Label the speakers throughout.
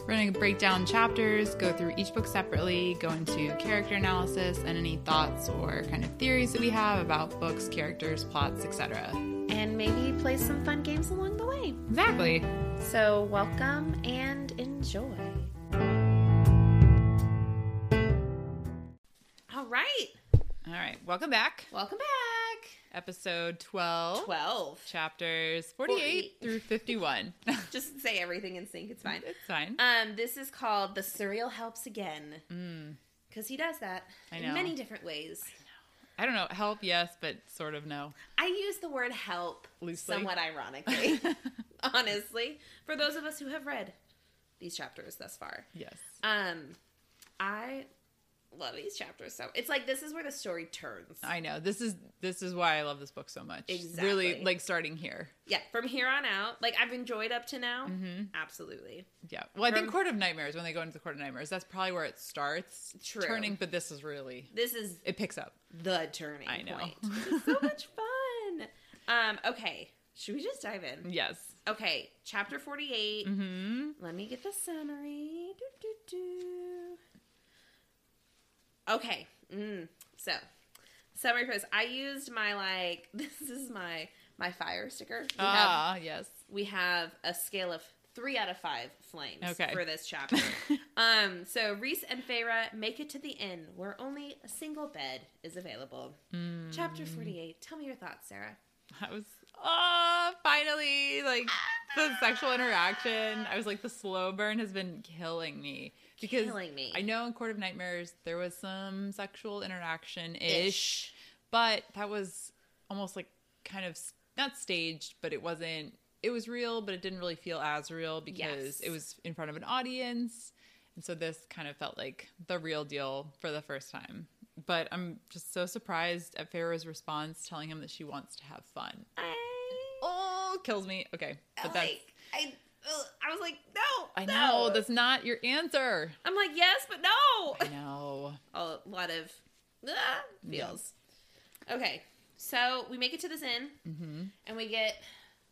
Speaker 1: We're going to break down chapters, go through each book separately, go into character analysis and any thoughts or kind of theories that we have about books, characters, plots, etc.
Speaker 2: And maybe play some fun games along the way.
Speaker 1: Exactly.
Speaker 2: So, welcome and enjoy. All right.
Speaker 1: All right, welcome back.
Speaker 2: Welcome back.
Speaker 1: Episode 12,
Speaker 2: 12.
Speaker 1: chapters 48
Speaker 2: 48.
Speaker 1: through 51. it's
Speaker 2: Just say everything in sync. It's fine.
Speaker 1: fine.
Speaker 2: Um, this is called The Surreal Helps Again. Because he does that
Speaker 1: I
Speaker 2: in
Speaker 1: know.
Speaker 2: many different ways.
Speaker 1: I don't know, help yes, but sort of no.
Speaker 2: I use the word help
Speaker 1: Loosely.
Speaker 2: somewhat ironically, honestly, for those of us who have read these chapters thus far.
Speaker 1: Yes.
Speaker 2: Um, I love these chapters so. It's like this is where the story turns.
Speaker 1: I know. This is this is why I love this book so much.
Speaker 2: Exactly.
Speaker 1: Really like starting here.
Speaker 2: Yeah, from here on out, like I've enjoyed up to now.
Speaker 1: Mm-hmm.
Speaker 2: Absolutely.
Speaker 1: Yeah. Well, I think
Speaker 2: From-
Speaker 1: Court of Nightmares, when they go into the Court of Nightmares, that's probably where it starts
Speaker 2: True.
Speaker 1: turning, but this is really,
Speaker 2: This is
Speaker 1: it picks up.
Speaker 2: the turning
Speaker 1: I know.
Speaker 2: point. This is so much fun. Um, okay. Should we just dive in?
Speaker 1: Yes.
Speaker 2: Okay, chapter 48.
Speaker 1: hmm
Speaker 2: Let me get the summary. Do, do, do. Okay. Mm. So, summary first. I used my like this is my my fire sticker. We have
Speaker 1: Ah, yes.
Speaker 2: we have a scale of three out of five flames
Speaker 1: Okay.
Speaker 2: for this chapter. um, so Reese and Feyre make it to the inn where only a single bed is available.
Speaker 1: Mm.
Speaker 2: Chapter forty-eight. Tell me your thoughts, Sarah.
Speaker 1: I was, ah, finally, like the sexual interaction. I was like, the slow burn has been killing me. Because
Speaker 2: Killing me.
Speaker 1: I know in Court of Nightmares there was some sexual interaction ish, but that was almost like kind of s- not staged, but it wasn't. It was real, but it didn't really feel as real
Speaker 2: Yes.
Speaker 1: because it was in front of an audience, and so this kind of felt like the real deal for the first time. But I'm just so surprised at Pharaoh's response, telling him that she wants to have fun.
Speaker 2: I
Speaker 1: Oh, kills me. Okay, but that's
Speaker 2: like I, ugh, I was like, no,
Speaker 1: I
Speaker 2: no.
Speaker 1: know that's not your answer.
Speaker 2: I'm like, yes, but no.
Speaker 1: I know.
Speaker 2: A lot of ah, feels. Okay, so we make it to this inn,
Speaker 1: Mm-hmm.
Speaker 2: and we get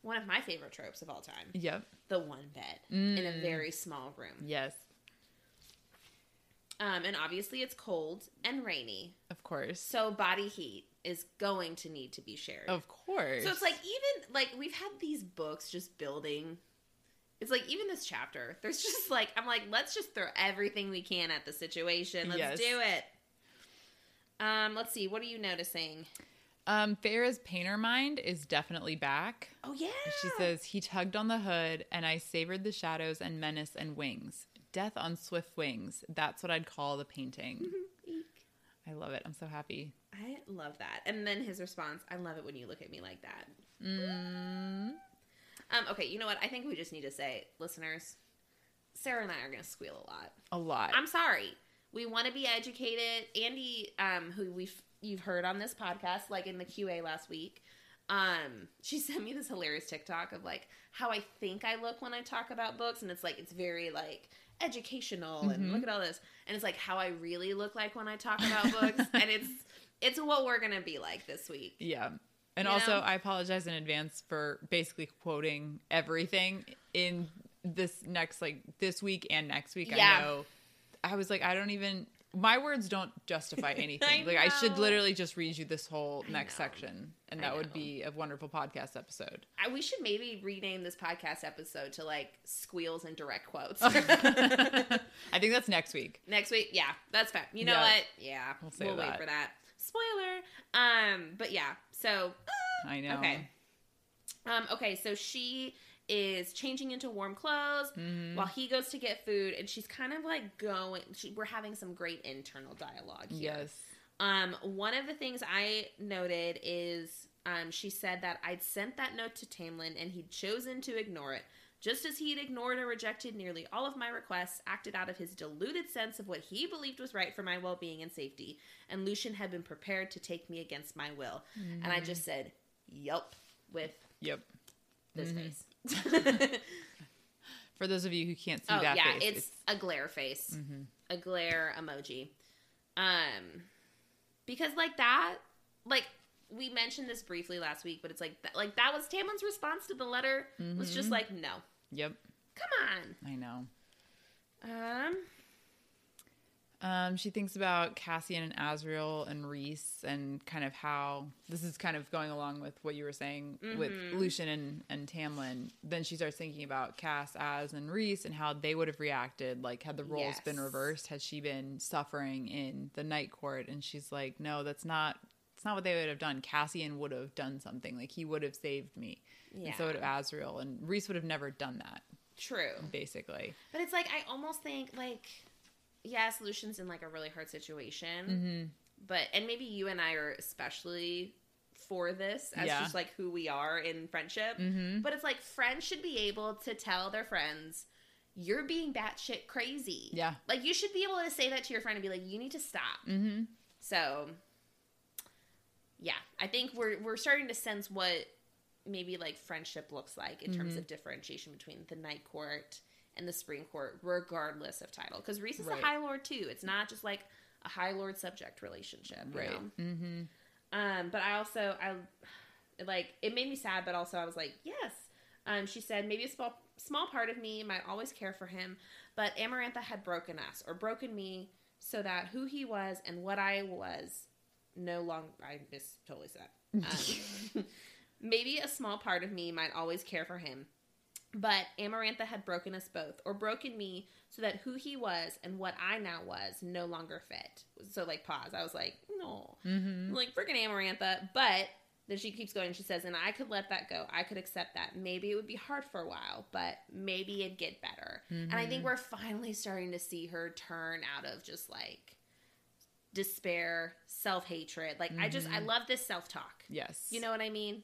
Speaker 2: one of my favorite tropes of all time:
Speaker 1: Yep.
Speaker 2: the one bed in
Speaker 1: Mm.
Speaker 2: a very small room.
Speaker 1: Yes.
Speaker 2: Um, and obviously, it's cold and rainy,
Speaker 1: Of course.
Speaker 2: so body heat is going to need to be shared.
Speaker 1: Of course.
Speaker 2: So it's like even like we've had these books just building. It's like even this chapter, there's just like I'm like, let's just throw everything we can at the situation. Let's
Speaker 1: Yes.
Speaker 2: do it. Um, let's see. What are you noticing?
Speaker 1: um, Farrah's painter mind is definitely back.
Speaker 2: Oh yeah,
Speaker 1: She says, He tugged on the hood, and I savored the shadows and menace and wings. Death on swift wings. That's what I'd call the painting.
Speaker 2: Eek.
Speaker 1: I love it. I'm so happy.
Speaker 2: I love that. And then his response, I love it when you look at me like that.
Speaker 1: Mm.
Speaker 2: Um, okay, you know what? I think we just need to say, listeners, Sarah and I are gonna squeal a lot.
Speaker 1: A lot.
Speaker 2: I'm sorry. We want to be educated. Andy, um, who we've you've heard on this podcast, like in the QA last week, um, she sent me this hilarious TikTok of like how I think I look when I talk about books, and it's like it's very like educational and
Speaker 1: Mhm.
Speaker 2: look at all this, and it's like how I really look like when I talk about books, and it's it's what we're gonna be like this week.
Speaker 1: yeah. And
Speaker 2: You
Speaker 1: also,
Speaker 2: know?
Speaker 1: I apologize in advance for basically quoting everything in this next, like this week and next week.
Speaker 2: Yeah.
Speaker 1: I know. I was like, I don't even, my words don't justify anything.
Speaker 2: I
Speaker 1: like, I should
Speaker 2: know.
Speaker 1: literally just read you this whole
Speaker 2: I
Speaker 1: next
Speaker 2: know.
Speaker 1: section, and
Speaker 2: I
Speaker 1: that
Speaker 2: know.
Speaker 1: would be a wonderful podcast episode.
Speaker 2: I, we should maybe rename this podcast episode to like squeals and direct quotes.
Speaker 1: I think that's next week.
Speaker 2: Next week, yeah, that's fine. You know
Speaker 1: Yeah.
Speaker 2: what? Yeah, we'll,
Speaker 1: We'll say
Speaker 2: wait
Speaker 1: that.
Speaker 2: for that. Spoiler. Um, but yeah, so
Speaker 1: I know.
Speaker 2: okay, um, okay. So she is changing into warm clothes
Speaker 1: Mhm.
Speaker 2: while he goes to get food, and she's kind of like going. She, we're having some great internal dialogue here.
Speaker 1: Yes.
Speaker 2: Um, one of the things I noted is um, she said that I'd sent that note to Tamlin and he'd chosen to ignore it, just as he'd ignored or rejected nearly all of my requests, acted out of his deluded sense of what he believed was right for my well being and safety, and Lucian had been prepared to take me against my will. And I just said, Yup. with
Speaker 1: Yep.
Speaker 2: this
Speaker 1: Mhm.
Speaker 2: face.
Speaker 1: For those of you who can't see
Speaker 2: oh
Speaker 1: that
Speaker 2: yeah,
Speaker 1: face,
Speaker 2: it's, a glare face,
Speaker 1: Mhm.
Speaker 2: a glare emoji. Um, because like that, like we mentioned this briefly last week, but it's like that, like that was Tamlin's response to the letter was just
Speaker 1: Mhm.
Speaker 2: like no,
Speaker 1: Yep,
Speaker 2: come
Speaker 1: I know.
Speaker 2: on. Um,
Speaker 1: Um, she thinks about Cassian and Azrael and Reese and kind of how this is kind of going along with what you were saying with
Speaker 2: Mhm.
Speaker 1: Lucian and, and Tamlin. Then she starts thinking about Cass, Az, and Reese and how they would have reacted. Like, had the roles been
Speaker 2: Yes.
Speaker 1: reversed, had she been suffering in the night court? And she's like, no, that's not. It's not what they would have done. Cassian would have done something. Like he would have saved me,
Speaker 2: yeah,
Speaker 1: and so would Azrael, and Reese would have never done that.
Speaker 2: true.
Speaker 1: Basically,
Speaker 2: But it's like I almost think like yes, Lucian's in like a really hard situation,
Speaker 1: hmm
Speaker 2: but and maybe you and I are especially for this as
Speaker 1: Yeah.
Speaker 2: just like who we are in friendship.
Speaker 1: hmm
Speaker 2: But it's like friends should be able to tell their friends you're being batshit crazy.
Speaker 1: yeah,
Speaker 2: Like you should be able to say that to your friend and be like you need to stop.
Speaker 1: hmm
Speaker 2: So yeah, I think we're we're starting to sense what maybe like friendship looks like in terms
Speaker 1: Mhm.
Speaker 2: of differentiation between the night court and the spring court regardless of title cuz Reese is
Speaker 1: Right.
Speaker 2: a high lord too. It's not just like a high lord subject relationship, you
Speaker 1: right,
Speaker 2: know?
Speaker 1: hmm
Speaker 2: Um, but I also I like it made me sad, but also I was like, yes. Um, she said maybe a small small part of me might always care for him, but Amarantha had broken us or broken me, so that who he was and what I was no longer. I miss totally said. that. Um, maybe a small part of me might always care for him. But Amarantha had broken us both, or broken me, so that who he was and what I now was no longer fit. So, like, pause. I was like, no.
Speaker 1: hmm
Speaker 2: Like freaking Amarantha. But then she keeps going. She says, and I could let that go. I could accept that. Maybe it would be hard for a while, but maybe it'd get better. And I
Speaker 1: Mm-hmm.
Speaker 2: think we're finally starting to see her turn out of just like despair, self hatred. Like, I just, I
Speaker 1: Mm-hmm.
Speaker 2: love this self talk.
Speaker 1: Yes.
Speaker 2: You know what I mean?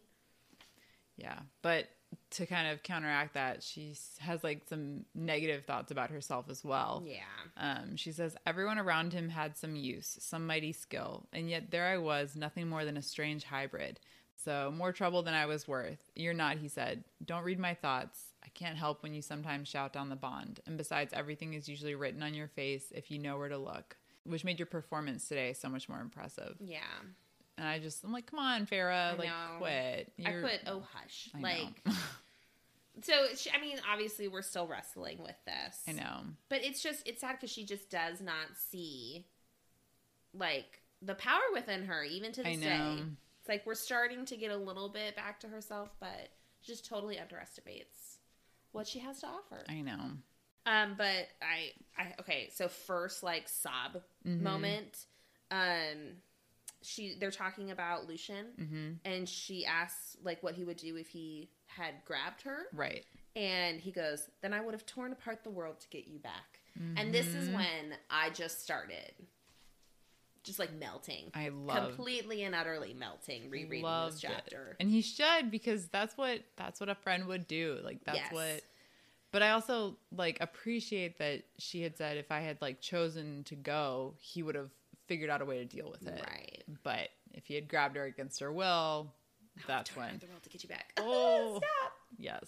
Speaker 1: Yeah. But to kind of counteract that, she s- has like some negative thoughts about herself as well.
Speaker 2: Yeah.
Speaker 1: Um, she says, Everyone around him had some use, some mighty skill, and yet there I was, nothing more than a strange hybrid. So, more trouble than I was worth. You're not, he said. Don't read my thoughts. I can't help when you sometimes shout down the bond. And besides, everything is usually written on your face if you know where to look, which made your performance today so much more impressive.
Speaker 2: Yeah.
Speaker 1: And I just, I'm like, come on, Farah,
Speaker 2: I
Speaker 1: like,
Speaker 2: know.
Speaker 1: quit.
Speaker 2: I
Speaker 1: You're-
Speaker 2: put, oh, hush.
Speaker 1: I know.
Speaker 2: like, so, she, I mean, obviously, we're still wrestling with this.
Speaker 1: I know.
Speaker 2: But it's just it's sad because she just does not see like the power within her, even to
Speaker 1: I
Speaker 2: this
Speaker 1: know.
Speaker 2: day. It's like we're starting to get a little bit back to herself, but she just totally underestimates what she has to offer.
Speaker 1: I know.
Speaker 2: Um, but I, I okay. So first, like sob
Speaker 1: Mhm.
Speaker 2: moment. Um, she they're talking about Lucian,
Speaker 1: hmm
Speaker 2: and she asks like what he would do if he had grabbed her,
Speaker 1: Right.
Speaker 2: and he goes, "Then I would have torn apart the world to get you back." And this is
Speaker 1: Mhm.
Speaker 2: when I just started just like melting.
Speaker 1: I love
Speaker 2: Completely and utterly melting rereading
Speaker 1: loved
Speaker 2: this
Speaker 1: it.
Speaker 2: chapter.
Speaker 1: And he should because that's what that's what a friend would do. Like that's
Speaker 2: Yes.
Speaker 1: what but I also like appreciate that she had said if I had like chosen to go, he would have figured out a way to deal with it.
Speaker 2: Right.
Speaker 1: But if he had grabbed her against her will, that's
Speaker 2: Torn
Speaker 1: when
Speaker 2: the world to get you back.
Speaker 1: Oh.
Speaker 2: Stop.
Speaker 1: yes,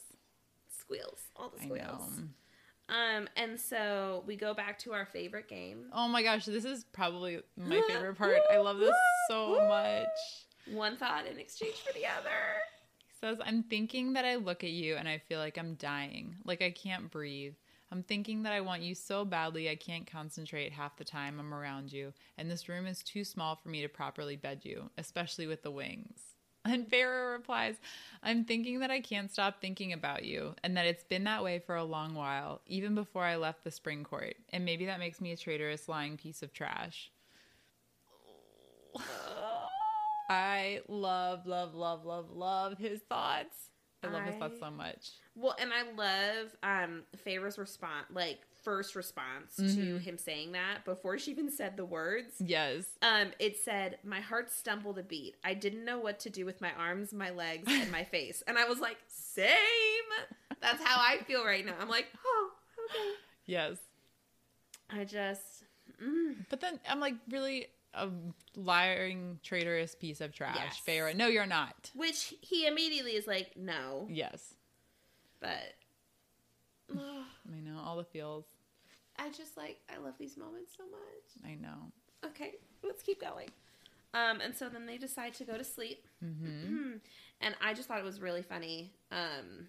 Speaker 2: Squeals. All the
Speaker 1: I know.
Speaker 2: squeals. Um and so we go back to our favorite game.
Speaker 1: Oh my gosh, this is probably my favorite part. I love this so much.
Speaker 2: One thought in exchange for the other.
Speaker 1: says, I'm thinking that I look at you and I feel like I'm dying, like I can't breathe. I'm thinking that I want you so badly I can't concentrate half the time I'm around you, and this room is too small for me to properly bed you, especially with the wings. And Vera replies, I'm thinking that I can't stop thinking about you, and that it's been that way for a long while, even before I left the spring court, and maybe that makes me a traitorous, lying piece of trash.
Speaker 2: Oh.
Speaker 1: I love, love, love, love, love his thoughts. I love his thoughts
Speaker 2: I-
Speaker 1: so much.
Speaker 2: Well, and I love um Feyre's response like first response to
Speaker 1: Mhm.
Speaker 2: him saying that before she even said the words.
Speaker 1: Yes.
Speaker 2: Um, it said, My heart stumbled a beat. I didn't know what to do with my arms, my legs, and my face. And I was like, Same. That's how I feel right now. I'm like, Oh, okay.
Speaker 1: Yes.
Speaker 2: I just, mm,
Speaker 1: But then I'm like, really, a lying, traitorous piece of trash.
Speaker 2: Yes.
Speaker 1: Feyre, no, you're not.
Speaker 2: Which he immediately is like, no.
Speaker 1: Yes.
Speaker 2: But ugh,
Speaker 1: I know, all the feels.
Speaker 2: I just like, I love these moments so much.
Speaker 1: I know.
Speaker 2: Okay, let's keep going. Um, and so then they decide to go to sleep.
Speaker 1: hmm
Speaker 2: Mm-hmm. and I just thought it was really funny. Um,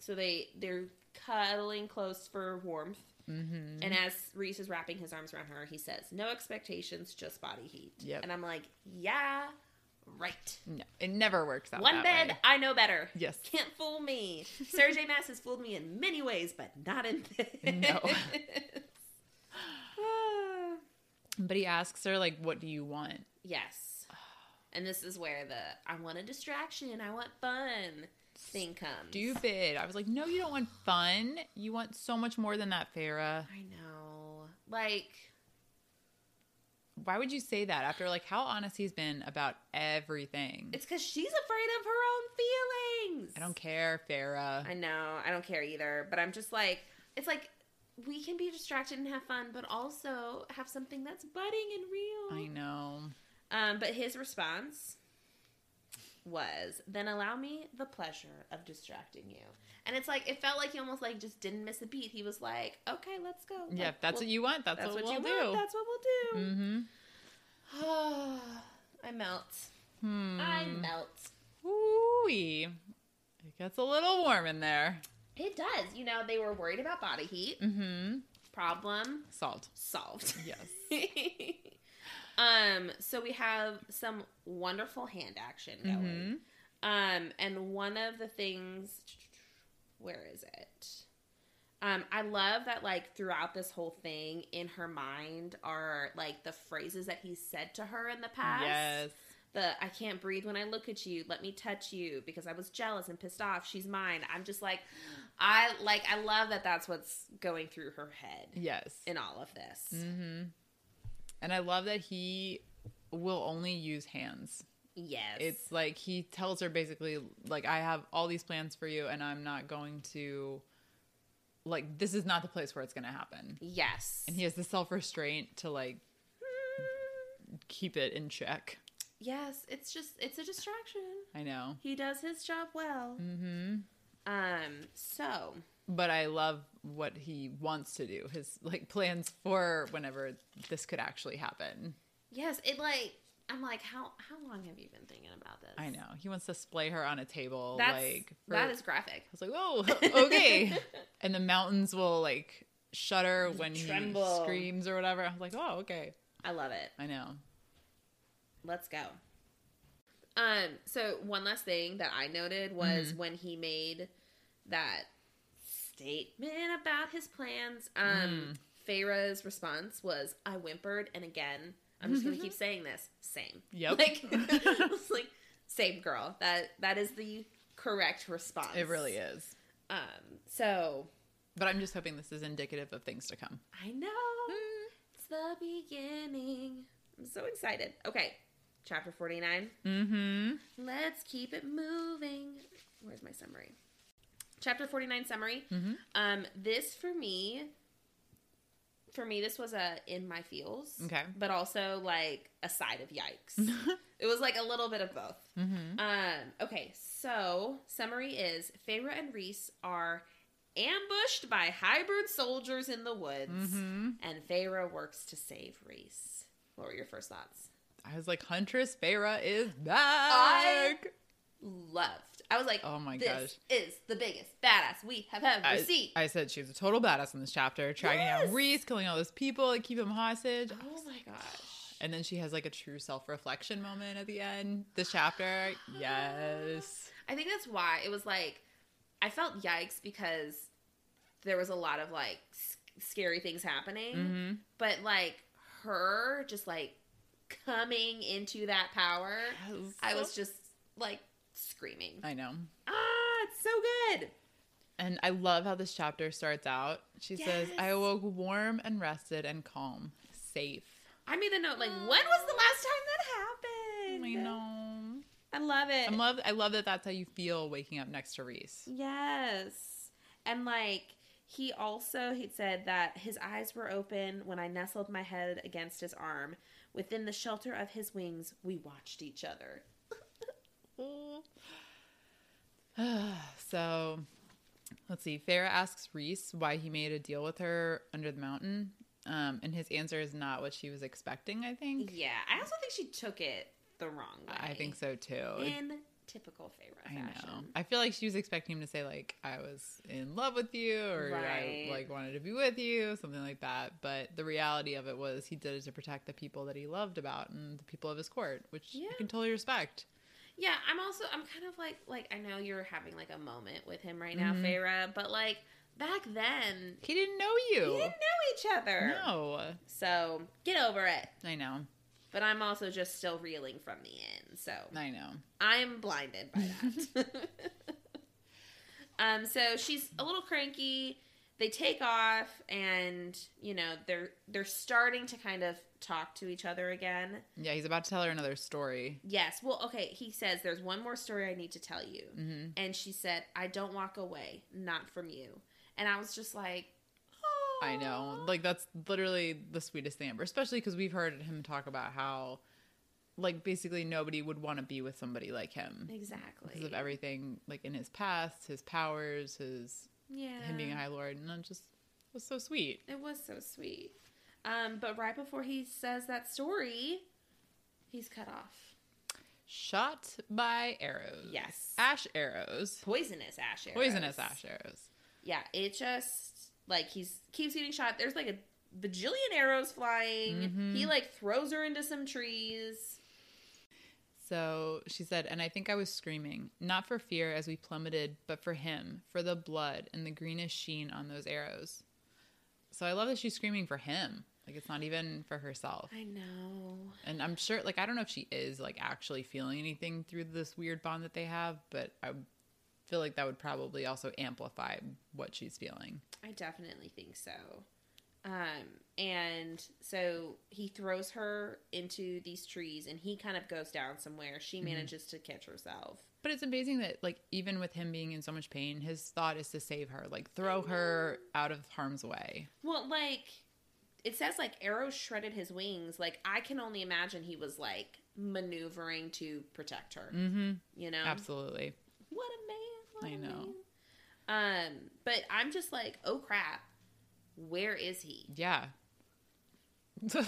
Speaker 2: so they they're cuddling close for warmth.
Speaker 1: hmm
Speaker 2: And as Reese is wrapping his arms around her, he says, "No expectations, just body heat."
Speaker 1: Yep.
Speaker 2: And I'm like, "Yeah, right.
Speaker 1: No, it never works out.
Speaker 2: One
Speaker 1: that
Speaker 2: bed,
Speaker 1: way.
Speaker 2: I know better.
Speaker 1: Yes.
Speaker 2: Can't fool me. Sarah J. Mass has fooled me in many ways, but not in this.
Speaker 1: No. But he asks her, like, what do you want?
Speaker 2: yes. And this is where the "I want a distraction, I want fun" thing comes.
Speaker 1: Stupid. I was like, no, you don't want fun. You want so much more than that, Farah.
Speaker 2: I know. Like,
Speaker 1: Why would you say that after, like, how honest he's been about everything?
Speaker 2: it's because she's afraid of her own feelings.
Speaker 1: I don't care, Farah.
Speaker 2: I know. I don't care either. But I'm just like, it's like we can be distracted and have fun, but also have something that's budding and real.
Speaker 1: I know.
Speaker 2: Um, but his response was, "Then allow me the pleasure of distracting you." And it's like it felt like he almost like just didn't miss a beat. He was like, "Okay, let's go."
Speaker 1: Yeah, if that's what you want, that's, what, we'll
Speaker 2: want.
Speaker 1: do.
Speaker 2: That's what we'll do.
Speaker 1: Mm-hmm.
Speaker 2: I melt.
Speaker 1: Hmm.
Speaker 2: I melt.
Speaker 1: Ooh-wee. It gets a little warm in there.
Speaker 2: It does. You know, they were worried about body heat.
Speaker 1: Mm-hmm.
Speaker 2: Problem
Speaker 1: Salt.
Speaker 2: solved.
Speaker 1: Yes.
Speaker 2: um, so we have some wonderful hand action going.
Speaker 1: Mhm.
Speaker 2: Um, and one of the things, where is it? Um, I love that, like, throughout this whole thing, in her mind are like the phrases that he said to her in the past.
Speaker 1: Yes.
Speaker 2: The I can't breathe when I look at you, let me touch you because I was jealous and pissed off. She's mine. I'm just like, I like, I love that that's what's going through her head
Speaker 1: Yes.
Speaker 2: in all of this.
Speaker 1: Mm-hmm. And I love that he will only use hands.
Speaker 2: Yes.
Speaker 1: It's like he tells her basically, like, I have all these plans for you, and I'm not going to, like, this is not the place where it's going to happen.
Speaker 2: Yes.
Speaker 1: And he has the self restraint to, like, keep it in check.
Speaker 2: yes, it's just it's a distraction.
Speaker 1: I know.
Speaker 2: He does his job well.
Speaker 1: Mm-hmm.
Speaker 2: Um, so
Speaker 1: But I love what he wants to do, his, like, plans for whenever this could actually happen.
Speaker 2: yes, it like I'm like, how how long have you been thinking about this?
Speaker 1: I know. He wants to splay her on a table,
Speaker 2: That's
Speaker 1: like, for-
Speaker 2: that is graphic.
Speaker 1: I was like, "Whoa, okay." and the mountains will like shudder when
Speaker 2: Tremble.
Speaker 1: he screams or whatever. I was like, "Oh, okay."
Speaker 2: I love it.
Speaker 1: I know.
Speaker 2: Let's go. Um, so one last thing that I noted was
Speaker 1: Mm-hmm.
Speaker 2: when he made that statement about his plans, um,
Speaker 1: Mm.
Speaker 2: Feyre's response was, I whimpered, and again, I'm just gonna keep saying this, same.
Speaker 1: Yep.
Speaker 2: Like, it's like same girl. That that is the correct response.
Speaker 1: It really is.
Speaker 2: Um, so
Speaker 1: But I'm just hoping this is indicative of things to come.
Speaker 2: I know
Speaker 1: Mm.
Speaker 2: it's the beginning. I'm so excited. Okay, chapter forty nine.
Speaker 1: Mm-hmm.
Speaker 2: Let's keep it moving. Where's my summary? Chapter 49 summary.
Speaker 1: Mhm.
Speaker 2: Um, this for me, for me, this was a in my feels.
Speaker 1: Okay.
Speaker 2: But also like a side of yikes. it was like a little bit of both.
Speaker 1: Mm-hmm.
Speaker 2: Um, okay, so summary is Feyre and Reese are ambushed by hybrid soldiers in the woods,
Speaker 1: Mm-hmm.
Speaker 2: and Feyre works to save Reese. What were your first thoughts?
Speaker 1: I was like, "Huntress Feyre is back."
Speaker 2: loved. I was like,
Speaker 1: Oh my
Speaker 2: this
Speaker 1: gosh.
Speaker 2: is the biggest badass we have ever
Speaker 1: I,
Speaker 2: seen.
Speaker 1: I said she was a total badass in this chapter, tracking
Speaker 2: Yes.
Speaker 1: down Reese, killing all those people, like, keep him hostage.
Speaker 2: oh my gosh.
Speaker 1: And then she has like a true self reflection moment at the end. This chapter, yes.
Speaker 2: I think that's why it was like, I felt yikes because there was a lot of like s- scary things happening,
Speaker 1: Mm-hmm.
Speaker 2: but like her just like coming into that power, I was just like screaming.
Speaker 1: I know.
Speaker 2: ah, it's so good.
Speaker 1: And I love how this chapter starts out. She says, I
Speaker 2: Yes.
Speaker 1: awoke warm and rested and calm, safe.
Speaker 2: I made a note like, when was the last time that
Speaker 1: I
Speaker 2: happened?
Speaker 1: know.
Speaker 2: I love it.
Speaker 1: I love, I love that that's how you feel waking up next to Reese.
Speaker 2: Yes. And like he also he said that his eyes were open when I nestled my head against his arm. Within the shelter of his wings, we watched each other.
Speaker 1: so let's see. Farah asks Reese why he made a deal with her under the mountain. Um, and his answer is not what she was expecting, I think.
Speaker 2: Yeah, I also think she took it the wrong way.
Speaker 1: I think so too.
Speaker 2: In typical Feyre
Speaker 1: I
Speaker 2: fashion.
Speaker 1: know. I feel like she was expecting him to say like I was in love with you or
Speaker 2: Right.
Speaker 1: I like wanted to be with you, something like that. But the reality of it was he did it to protect the people that he loved about and the people of his court, which you
Speaker 2: Yeah.
Speaker 1: can totally respect.
Speaker 2: Yeah, I'm also I'm kind of like like I know you're having like a moment with him right now,
Speaker 1: Mhm.
Speaker 2: Feyre, but like back then
Speaker 1: He didn't know
Speaker 2: we didn't
Speaker 1: you.
Speaker 2: know each other.
Speaker 1: No.
Speaker 2: So get over it.
Speaker 1: I know.
Speaker 2: But I'm also just still reeling from the end, so
Speaker 1: I know.
Speaker 2: I'm blinded by that. um, so she's a little cranky. They take off, and you know they're they're starting to kind of talk to each other again.
Speaker 1: Yeah, he's about to tell her another story.
Speaker 2: Yes. Well, okay. He says, There's one more story I need to tell you.
Speaker 1: hmm
Speaker 2: And she said, I don't walk away, not from you. And I was just like, Oh.
Speaker 1: I know. Like that's literally the sweetest thing ever, especially because we've heard him talk about how, like, basically nobody would want to be with somebody like him because
Speaker 2: Exactly.
Speaker 1: of everything, like in his past, his powers, his
Speaker 2: yeah.
Speaker 1: him being a High Lord, and it just was so sweet.
Speaker 2: It was so sweet. Um, but right before he says that story, he's cut off.
Speaker 1: Shot by arrows.
Speaker 2: Yes.
Speaker 1: Ash arrows.
Speaker 2: Poisonous ash arrows.
Speaker 1: Poisonous ash arrows.
Speaker 2: Yeah, it just like he's keeps getting shot. There's like a bajillion arrows flying.
Speaker 1: Mhm.
Speaker 2: He like throws her into some trees.
Speaker 1: So she said, and I think I was screaming, not for fear as we plummeted, but for him, for the blood and the greenish sheen on those arrows. So I love that she's screaming for him. Like it's not even for herself.
Speaker 2: I know.
Speaker 1: And I'm sure, like, I don't know if she is, like, actually feeling anything through this weird bond that they have, but I feel like that would probably also amplify what she's feeling.
Speaker 2: I definitely think so. Um, and so he throws her into these trees and he kind of goes down somewhere. She
Speaker 1: Mhm.
Speaker 2: manages to catch herself.
Speaker 1: But it's amazing that, like, even with him being in so much pain, his thought is to save her, like, throw her out of harm's way.
Speaker 2: Well, like it says like arrows shredded his wings. Like I can only imagine he was like maneuvering to protect her,
Speaker 1: Mm hmm.
Speaker 2: you know?
Speaker 1: Absolutely.
Speaker 2: What a man. What
Speaker 1: I
Speaker 2: a
Speaker 1: know.
Speaker 2: Man. Um, but I'm just like, "Oh crap. Where is he?"
Speaker 1: Yeah. so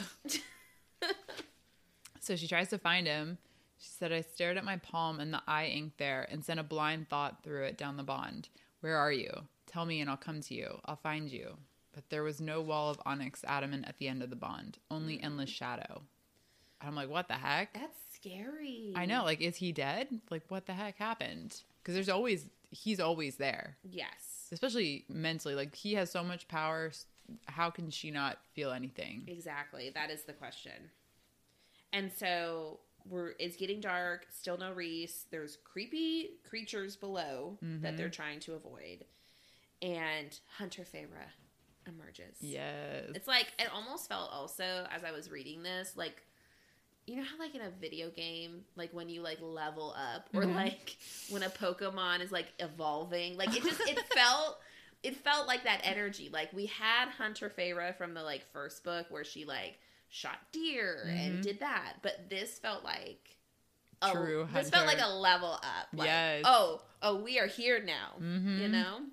Speaker 1: she tries to find him. She said, I stared at my palm and the eye ink there and sent a blind thought through it down the bond. Where are you? Tell me and I'll come to you. I'll find you. But there was no wall of onyx adamant at the end of the bond, only endless shadow. And I'm like, what the heck?
Speaker 2: That's scary.
Speaker 1: I know. Like, is he dead? Like, what the heck happened? Because there's always, he's always there,
Speaker 2: Yes.
Speaker 1: especially mentally. Like, he has so much power. s- How can she not feel anything?
Speaker 2: Exactly. That is the question. And so we're it's getting dark, still no Reese. There's creepy creatures below that
Speaker 1: Mhm.
Speaker 2: they're trying to avoid. And Hunter Feyre emerges.
Speaker 1: Yes.
Speaker 2: It's like it almost felt also as I was reading this, like you know how like in a video game, like when you like level up or
Speaker 1: Mhm.
Speaker 2: like when a Pokemon is like evolving, like it just it felt it felt like that energy. Like we had Hunter Feyre from the like first book where she like shot deer and
Speaker 1: Mhm.
Speaker 2: did that, but this felt like
Speaker 1: True
Speaker 2: This felt like
Speaker 1: Hunter.
Speaker 2: a level up. Like,
Speaker 1: Yes.
Speaker 2: Oh, oh, we are here now.
Speaker 1: Mhm.
Speaker 2: You know.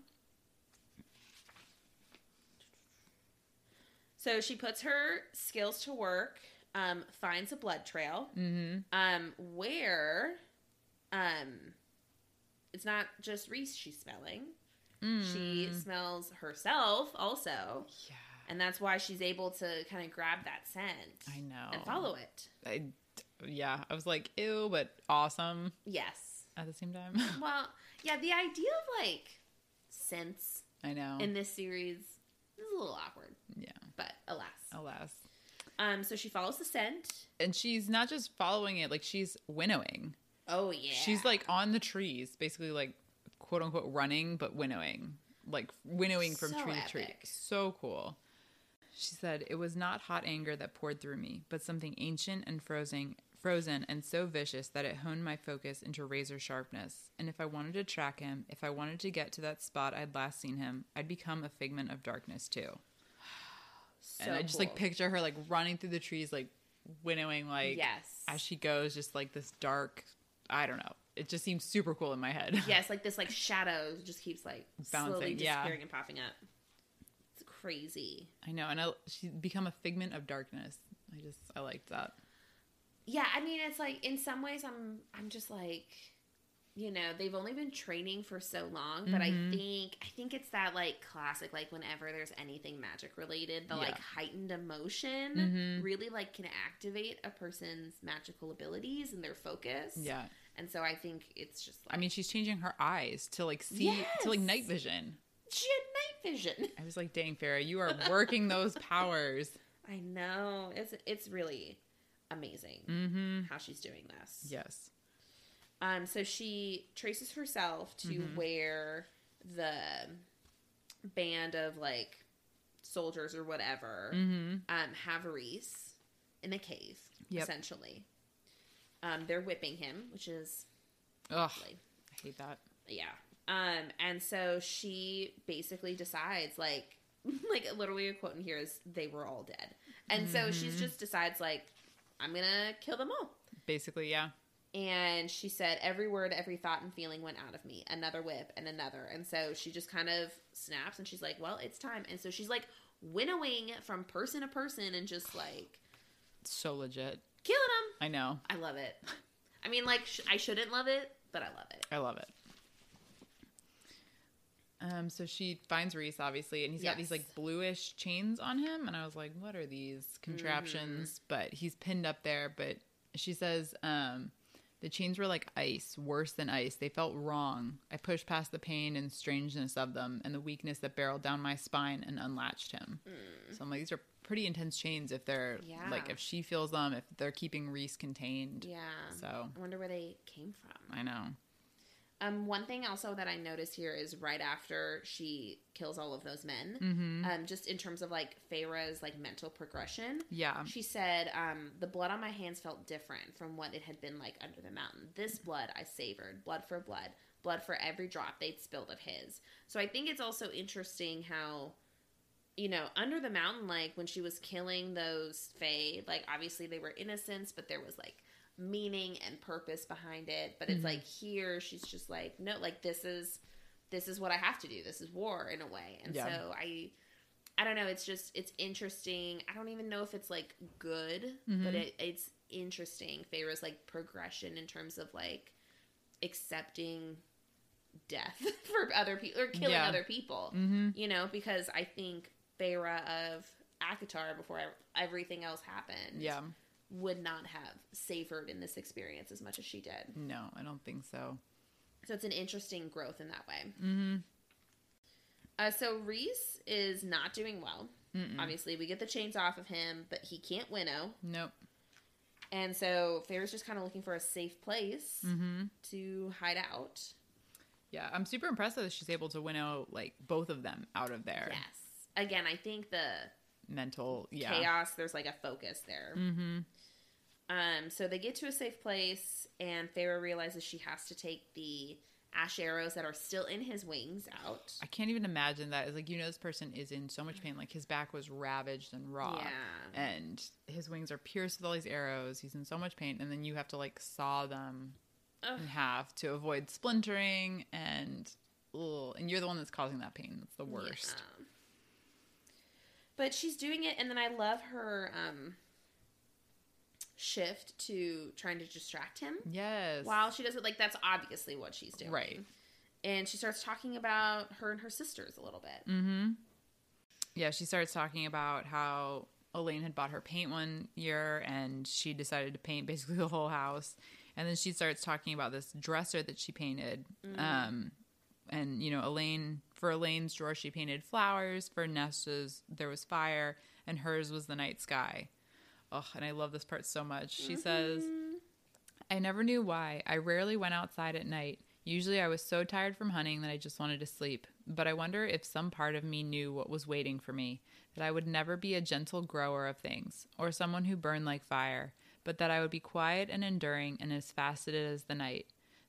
Speaker 2: So she puts her skills to work, um, finds a blood trail,
Speaker 1: Mm-hmm.
Speaker 2: um, where um, it's not just Reese she's smelling. She
Speaker 1: Mm.
Speaker 2: smells herself also.
Speaker 1: Yeah,
Speaker 2: And that's why she's able to kind of grab that scent
Speaker 1: I know.
Speaker 2: and follow it.
Speaker 1: I, yeah, I was like, ew, but awesome
Speaker 2: Yes.
Speaker 1: at the same time.
Speaker 2: Well, yeah, the idea of like scents
Speaker 1: I know.
Speaker 2: in this series is a little awkward,
Speaker 1: yeah, Oh.
Speaker 2: but alas.
Speaker 1: alas.
Speaker 2: Um, so she follows the scent.
Speaker 1: And she's not just following it; like she's winnowing.
Speaker 2: Oh yeah,
Speaker 1: She's like on the trees, basically like quote unquote running, but winnowing, like winnowing from
Speaker 2: So
Speaker 1: tree to tree.
Speaker 2: epic.
Speaker 1: So cool. She said, "It was not hot anger that poured through me, but something ancient and frozen, frozen and so vicious that it honed my focus into razor sharpness. And if I wanted to track him, if I wanted to get to that spot I'd last seen him, I'd become a figment of darkness too."
Speaker 2: so
Speaker 1: and I just like
Speaker 2: cool.
Speaker 1: picture her like running through the trees, like winnowing like
Speaker 2: yes.
Speaker 1: as she goes, just like this dark. I don't know. It just seems super cool in my head.
Speaker 2: yes, like this like shadow just keeps like slowly
Speaker 1: Bouncing, yeah.
Speaker 2: disappearing and popping up. It's crazy.
Speaker 1: I know, and I, she's become a figment of darkness. I just I liked that.
Speaker 2: Yeah, I mean it's like in some ways I'm I'm just like you know, they've only been training for so long, but
Speaker 1: Mhm.
Speaker 2: I think I think it's that like classic like whenever there's anything magic related, the like
Speaker 1: Yeah.
Speaker 2: heightened emotion
Speaker 1: Mhm.
Speaker 2: really like can activate a person's magical abilities and their focus.
Speaker 1: Yeah,
Speaker 2: And so I think it's just like
Speaker 1: I mean, she's changing her eyes to like see to like
Speaker 2: Yes.
Speaker 1: night vision.
Speaker 2: she had night vision.
Speaker 1: I was like, dang, Farah, you are working those powers.
Speaker 2: I know. It's it's really amazing
Speaker 1: Mm-hmm.
Speaker 2: how she's doing this.
Speaker 1: Yes.
Speaker 2: Um so she traces herself to
Speaker 1: Mhm.
Speaker 2: where the band of like soldiers or whatever
Speaker 1: Mm-hmm.
Speaker 2: um have Reese in a cave
Speaker 1: Yep.
Speaker 2: essentially. Um they're whipping him, which is
Speaker 1: Ugh,
Speaker 2: lovely.
Speaker 1: I hate that.
Speaker 2: Yeah. Um, and so she basically decides, like, like literally a quote in here is they were all dead. And so she's
Speaker 1: Mhm.
Speaker 2: just decides, like, I'm gonna kill them all.
Speaker 1: Basically, yeah.
Speaker 2: And she said, every word, every thought and feeling went out of me, another whip and another. And so she just kind of snaps and she's like, well, it's time. And so she's like winnowing from person to person and just like
Speaker 1: So legit.
Speaker 2: killing them.
Speaker 1: I know.
Speaker 2: I love it. I mean, like, sh- I shouldn't love it, but I love it.
Speaker 1: I love it. Um, so she finds Reese, obviously, and he's got these
Speaker 2: Yes.
Speaker 1: like bluish chains on him, and I was like, "What are these contraptions?" But he's pinned up there. But she says, um, "The chains were like ice, worse than ice. They felt wrong. I pushed past the pain and strangeness of them, and the weakness that barreled down my spine and unlatched him." So I'm like, "These are pretty intense chains. If they're like,
Speaker 2: Yeah.
Speaker 1: if she feels them, if they're keeping Reese contained,
Speaker 2: Yeah.
Speaker 1: so."
Speaker 2: I wonder where they came from.
Speaker 1: I know.
Speaker 2: Um, one thing also that I noticed here is right after she kills all of those men,
Speaker 1: Mm-hmm.
Speaker 2: um, just in terms of like Feyre's like mental progression,
Speaker 1: Yeah.
Speaker 2: she said, um, "The blood on my hands felt different from what it had been like under the mountain. This blood I savored, blood for blood, blood for every drop they'd spilled of his." So I think it's also interesting how, you know, under the mountain, like when she was killing those Fey, like obviously they were innocents, but there was like meaning and purpose behind it. But it's
Speaker 1: Mhm.
Speaker 2: like here, she's just like, no, like this is this is what I have to do. This is war in a way, and
Speaker 1: Yeah.
Speaker 2: so I. I don't know. It's just it's interesting. I don't even know if it's like good,
Speaker 1: Mhm.
Speaker 2: but it, it's interesting. Feyre's like progression in terms of like accepting death for other people or killing
Speaker 1: Yeah.
Speaker 2: other people.
Speaker 1: Mm-hmm.
Speaker 2: You know, because I think Feyre of Akatar before ev- everything else happened,
Speaker 1: Yeah.
Speaker 2: would not have savored in this experience as much as she did.
Speaker 1: No, I don't think so.
Speaker 2: So it's an interesting growth in that way.
Speaker 1: Mm-hmm.
Speaker 2: Uh, so Reese is not doing well.
Speaker 1: Mm.
Speaker 2: Obviously, we get the chains off of him, but he can't winnow.
Speaker 1: Nope.
Speaker 2: And so Feyre's just kind of looking for a safe place
Speaker 1: Mm-hmm.
Speaker 2: to hide out.
Speaker 1: Yeah, I'm super impressed that she's able to winnow like both of them out of their
Speaker 2: Yes. Again, I think the
Speaker 1: mental. Yeah.
Speaker 2: chaos, there's like a focus there.
Speaker 1: Mm-hmm.
Speaker 2: Um, so they get to a safe place, and Feyre realizes she has to take the ash arrows that are still in his wings out.
Speaker 1: I can't even imagine that. It's like you know this person is in so much pain. Like his back was ravaged and raw.
Speaker 2: Yeah.
Speaker 1: And his wings are pierced with all these arrows. He's in so much pain, and then you have to like saw them
Speaker 2: Ugh.
Speaker 1: in half to avoid splintering, and ugh, and you're the one that's causing that pain. That's the worst.
Speaker 2: Yeah. But she's doing it, and then I love her um, shift to trying to distract him
Speaker 1: Yes.
Speaker 2: while she does it. Like that's obviously what she's doing,
Speaker 1: Right.
Speaker 2: And she starts talking about her and her sisters a little bit.
Speaker 1: Mm-hmm. Yeah, she starts talking about how Elaine had bought her paint one year and she decided to paint basically the whole house. And then she starts talking about this dresser that she painted. Um, and you know, Elaine for Elaine's drawer she painted flowers, for Nesta's there was fire, and hers was the night sky. Oh, and I love this part so much. She says I never knew why. I rarely went outside at night. Usually I was so tired from hunting that I just wanted to sleep. But I wonder if some part of me knew what was waiting for me that I would never be a gentle grower of things, or someone who burned like fire, but that I would be quiet and enduring and as faceted as the night.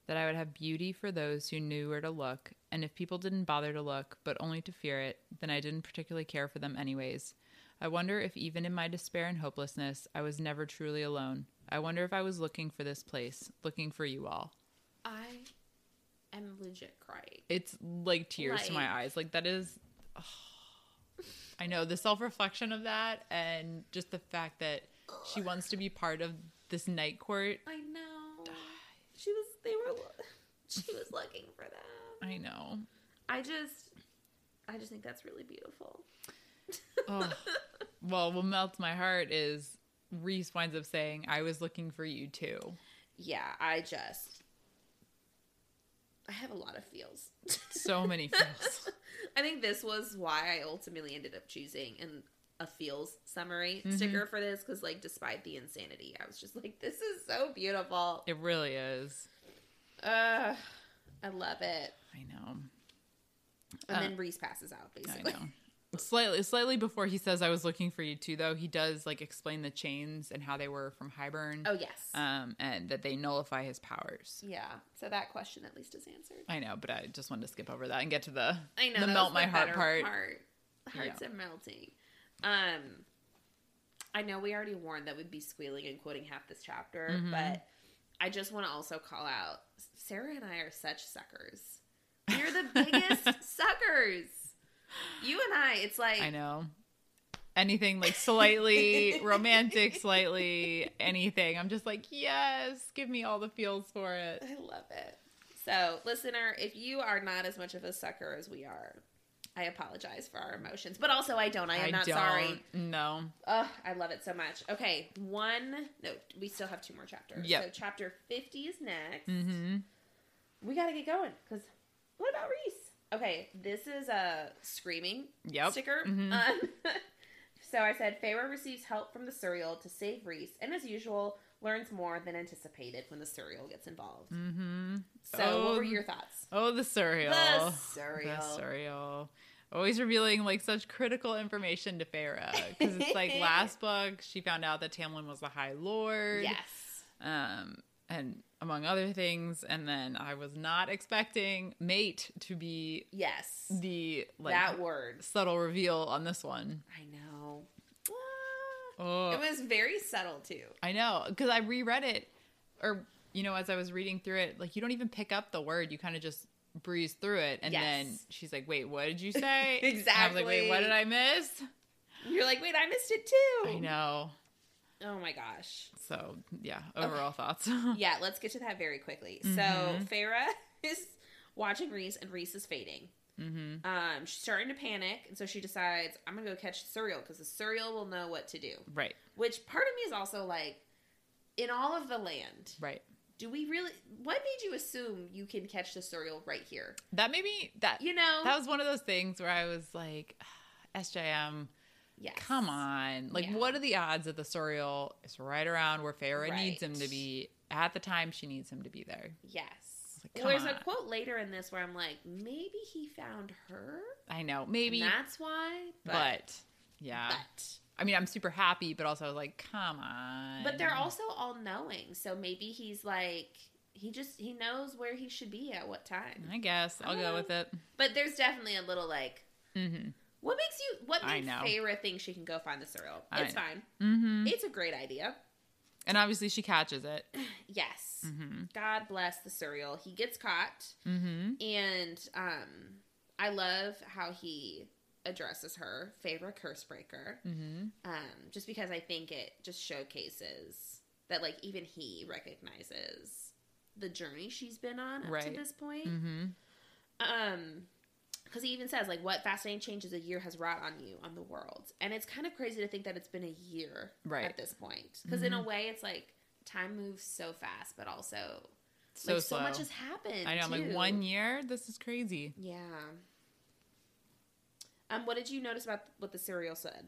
Speaker 1: That I would have beauty for those who knew where to look, and if people didn't bother to look, but only to fear it, then I didn't particularly care for them anyways. I wonder if even in my despair and hopelessness, I was never truly alone. I wonder if I was looking for this place, looking for you all.
Speaker 2: I am legit crying.
Speaker 1: It's like tears to my
Speaker 2: Like-
Speaker 1: eyes. Like that is I know the self-reflection of that and just the fact that she wants to be part of this night court.
Speaker 2: I know. She was. They were. lo- She was looking for them.
Speaker 1: I know.
Speaker 2: I just. I just think that's really beautiful.
Speaker 1: Oh. well, what melts my heart is Reese winds up saying, I was looking for you too.
Speaker 2: Yeah, I just. I have a lot of feels.
Speaker 1: So many feels.
Speaker 2: I think this was why I ultimately ended up choosing an a feels summary
Speaker 1: Mhm.
Speaker 2: sticker for this because, like, despite the insanity, I was just like, "This is so beautiful.
Speaker 1: It really is.
Speaker 2: Ugh, I love it."
Speaker 1: I know.
Speaker 2: And
Speaker 1: Uh,
Speaker 2: then Reese passes out,
Speaker 1: I
Speaker 2: basically.
Speaker 1: know. Slightly, slightly before he says, I was looking for you too, though, he does like explain the chains and how they were from Highburn
Speaker 2: Oh yes,
Speaker 1: um, and that they nullify his powers.
Speaker 2: yeah. So that question at least is answered.
Speaker 1: I know, but I just wanted to skip over that and get to the,
Speaker 2: I know
Speaker 1: the
Speaker 2: that
Speaker 1: melt
Speaker 2: was
Speaker 1: my heart
Speaker 2: better
Speaker 1: part.
Speaker 2: Hearts are melting. Um, I know we already warned that we'd be squealing and quoting half this chapter,
Speaker 1: Mhm.
Speaker 2: but I just want to also call out Sarah and I are such suckers. We're the biggest suckers. You and I, it's like
Speaker 1: I know. Anything like slightly romantic, slightly anything. I'm just like, yes, give me all the feels for it.
Speaker 2: I love it. So, listener, if you are not as much of a sucker as we are, I apologize for our emotions, but also I don't. I am not sorry.
Speaker 1: No.
Speaker 2: Oh, I love it so much. Okay, one. No, we still have two more chapters.
Speaker 1: Yep.
Speaker 2: So chapter fifty is next.
Speaker 1: Mm-hmm.
Speaker 2: We gotta get going because what about Reese? Okay, this is a screaming
Speaker 1: Yep.
Speaker 2: sticker.
Speaker 1: Mhm.
Speaker 2: Um, so I said Feyre receives help from the Surreal to save Reese, and as usual, learns more than anticipated when the Surreal gets involved.
Speaker 1: Mm-hmm.
Speaker 2: So, what were
Speaker 1: Oh,
Speaker 2: your thoughts?
Speaker 1: Oh, the surreal.
Speaker 2: The
Speaker 1: The
Speaker 2: Surreal.
Speaker 1: surreal. Always revealing like such critical information to Farah because it's like last book she found out that Tamlin was the High Lord.
Speaker 2: Yes.
Speaker 1: um, and among other things. And then I was not expecting mate to be
Speaker 2: Yes.
Speaker 1: the like
Speaker 2: that word.
Speaker 1: subtle reveal on this one.
Speaker 2: I know.
Speaker 1: Oh,
Speaker 2: It was very subtle too.
Speaker 1: I know because I reread it, or you know, as I was reading through it, like you don't even pick up the word; you kind of just breeze through it. And
Speaker 2: Yes.
Speaker 1: then she's like, "Wait, what did you say?" And I was like,
Speaker 2: Exactly.
Speaker 1: "Wait, what did I miss?"
Speaker 2: You're like, wait, I missed it too.
Speaker 1: I know.
Speaker 2: Oh my gosh.
Speaker 1: So yeah, overall thoughts.
Speaker 2: Yeah, let's get to that very quickly.
Speaker 1: Mhm.
Speaker 2: So Farah is watching Reese and Reese is fading.
Speaker 1: hmm
Speaker 2: Um, she's starting to panic, and so she decides, I'm gonna go catch the Surreal because the Surreal will know what to do.
Speaker 1: Right,
Speaker 2: Which part of me is also like, in all of the land,
Speaker 1: right.
Speaker 2: do we really what made you assume you can catch the Surreal right here?
Speaker 1: That made me that
Speaker 2: You know?
Speaker 1: that was one of those things where I was like, SJM,
Speaker 2: yes.
Speaker 1: come on. Like,
Speaker 2: Yeah.
Speaker 1: what are the odds that the Sorial is right around where Feyre needs him to
Speaker 2: Right.
Speaker 1: be at the time she needs him to be there?
Speaker 2: Yes.
Speaker 1: like,
Speaker 2: Well,
Speaker 1: come
Speaker 2: there's a
Speaker 1: on.
Speaker 2: quote later in this where I'm like, maybe he found her.
Speaker 1: I know, maybe,
Speaker 2: Maybe that's why.
Speaker 1: but,
Speaker 2: But
Speaker 1: yeah.
Speaker 2: but
Speaker 1: I mean, I'm super happy, but also like, come on.
Speaker 2: but they're also all knowing. So maybe he's like he just he knows where he should be at what time.
Speaker 1: I guess I'll
Speaker 2: Oh,
Speaker 1: go with it.
Speaker 2: But there's definitely a little like
Speaker 1: Mm-hmm.
Speaker 2: what makes you what
Speaker 1: I
Speaker 2: makes
Speaker 1: know.
Speaker 2: Feyre think she can go find the cereal?
Speaker 1: I
Speaker 2: it's
Speaker 1: know.
Speaker 2: fine.
Speaker 1: Mm-hmm.
Speaker 2: It's a great idea.
Speaker 1: And obviously, she catches it.
Speaker 2: Yes.
Speaker 1: Mm-hmm.
Speaker 2: God bless the cereal. He gets caught.
Speaker 1: Mm-hmm.
Speaker 2: And um I love how he addresses her, Feyre Cursebreaker.
Speaker 1: Mm-hmm.
Speaker 2: Um, just because I think it just showcases that like even he recognizes the journey she's been on up
Speaker 1: Right.
Speaker 2: to this point.
Speaker 1: Mm-hmm.
Speaker 2: Um because he even says like what fascinating changes a year has wrought on you on the world and it's kind of crazy to think that it's been a year
Speaker 1: Right. Mm-hmm.
Speaker 2: at this point because in a way it's like time moves so fast but also
Speaker 1: So
Speaker 2: like
Speaker 1: slow.
Speaker 2: so much has happened
Speaker 1: I know. I'm like
Speaker 2: too.
Speaker 1: one year. This is crazy.
Speaker 2: Yeah. Um, what did you notice about what the cereal said?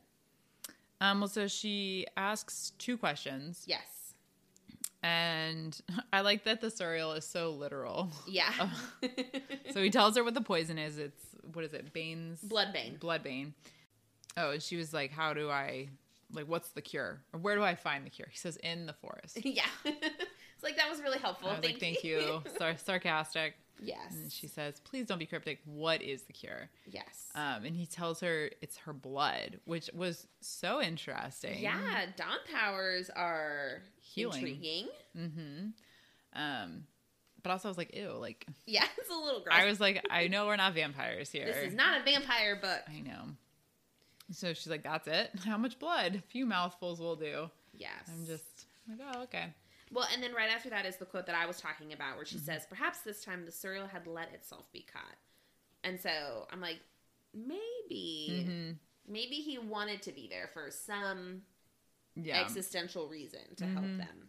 Speaker 1: Um, well, so she asks two questions,
Speaker 2: Yes.
Speaker 1: and I like that the surreal is so literal.
Speaker 2: Yeah.
Speaker 1: Oh. so he tells her what the poison is. It's what is it? Bane's
Speaker 2: Bloodbane.
Speaker 1: Bloodbane. Oh, and she was like, "How do I? Like, what's the cure? Or where do I find the cure?" He says, "In the forest."
Speaker 2: yeah. it's like that was really helpful.
Speaker 1: I was
Speaker 2: thank
Speaker 1: like, "Thank you." Sar- sarcastic.
Speaker 2: Yes.
Speaker 1: And she says, "Please don't be cryptic. What is the cure?"
Speaker 2: yes.
Speaker 1: Um, and he tells her it's her blood, which was so interesting.
Speaker 2: yeah, Dom powers are
Speaker 1: Healing.
Speaker 2: intriguing.
Speaker 1: Mm-hmm. Um, but also I was like, "Ew!" Like
Speaker 2: Yeah, it's a little gross.
Speaker 1: I was like, "I know we're not vampires here."
Speaker 2: this is not a vampire book.
Speaker 1: I know. So she's like, "That's it. How much blood? A few mouthfuls will do."
Speaker 2: Yes.
Speaker 1: I'm just like, "Oh, okay."
Speaker 2: Well, and then right after that is the quote that I was talking about where she says, Perhaps this time the cereal had let itself be caught. And so I'm like, maybe.
Speaker 1: hmm
Speaker 2: Maybe he wanted to be there for some
Speaker 1: Yeah.
Speaker 2: existential reason to help
Speaker 1: Mhm.
Speaker 2: them.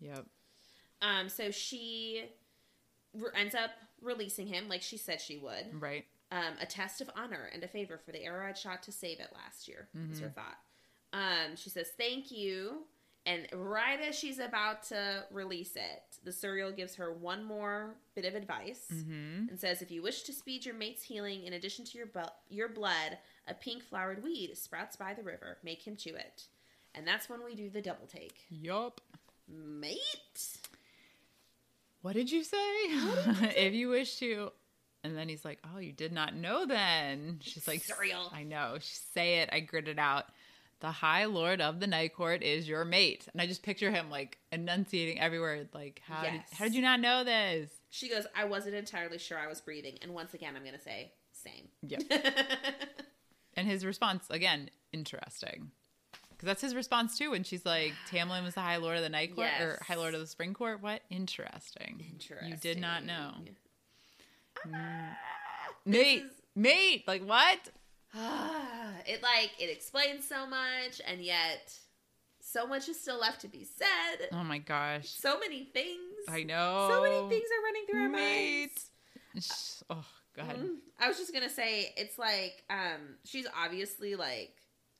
Speaker 1: yep.
Speaker 2: Um, so she re- ends up releasing him like she said she would.
Speaker 1: Right.
Speaker 2: Um, a test of honor and a favor for the arrow I'd shot to save it last year, is
Speaker 1: Mhm.
Speaker 2: her thought. Um, she says, Thank you. And right as she's about to release it, the cereal gives her one more bit of advice
Speaker 1: Mm-hmm.
Speaker 2: and says, If you wish to speed your mate's healing, in addition to your, bu- your blood, a pink flowered weed sprouts by the river. Make him chew it. And that's when we do the double take.
Speaker 1: Yup.
Speaker 2: Mate?
Speaker 1: What did you say? if you wish to. And then he's like, Oh, you did not know then. She's like,
Speaker 2: Cereal.
Speaker 1: I know. She say it. I grit it out. The High Lord of the Night Court is your mate. And I just picture him like enunciating every word. Like, how, did,
Speaker 2: Yes.
Speaker 1: how did you not know this?
Speaker 2: She goes, I wasn't entirely sure I was breathing. And once again, I'm going to say, same.
Speaker 1: Yep. And his response, again, interesting. Because that's his response too when she's like, Tamlin was the High Lord of the Night Court or
Speaker 2: Yes.
Speaker 1: High Lord of the Spring Court. What? Interesting.
Speaker 2: Interesting.
Speaker 1: You did not know.
Speaker 2: Ah,
Speaker 1: Mate,
Speaker 2: is-
Speaker 1: mate, like what?
Speaker 2: ah, it like it explains so much, and yet so much is still left to be said.
Speaker 1: Oh my gosh.
Speaker 2: So many things.
Speaker 1: I know.
Speaker 2: So many things are running through our
Speaker 1: Mate.
Speaker 2: minds.
Speaker 1: Sh- Oh, go ahead.
Speaker 2: Mm. I was just gonna say it's like um she's obviously like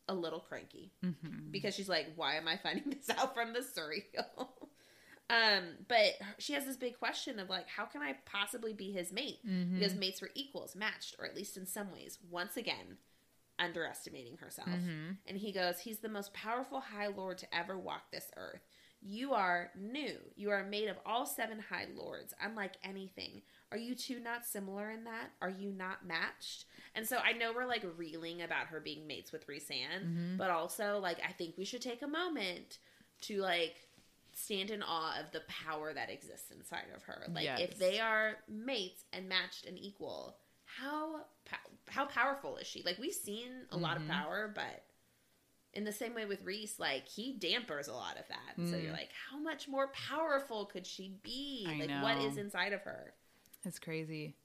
Speaker 2: a little cranky.
Speaker 1: Mhm.
Speaker 2: Mm-hmm. because she's like, why am I finding this out from the cereal? um, but she has this big question of like, how can I possibly be his mate?
Speaker 1: Mhm.
Speaker 2: Because mates were equals, matched, or at least in some ways. Once again, underestimating herself.
Speaker 1: Mhm.
Speaker 2: And he goes, he's the most powerful High Lord to ever walk this earth. You are new. You are made of all seven High Lords, unlike anything. Are you two not similar in that? Are you not matched? And so I know we're like reeling about her being mates with Rhysand,
Speaker 1: Mhm.
Speaker 2: but also like I think we should take a moment to like stand in awe of the power that exists inside of her. Like
Speaker 1: Yes.
Speaker 2: if they are mates and matched and equal, how pow- how powerful is she? Like we've seen a lot of
Speaker 1: Mhm.
Speaker 2: power, but in the same way with Reese, like he dampers a lot of that. So
Speaker 1: Mm.
Speaker 2: you're like, how much more powerful could she be?
Speaker 1: I
Speaker 2: like what
Speaker 1: know.
Speaker 2: is inside of her?
Speaker 1: It's crazy.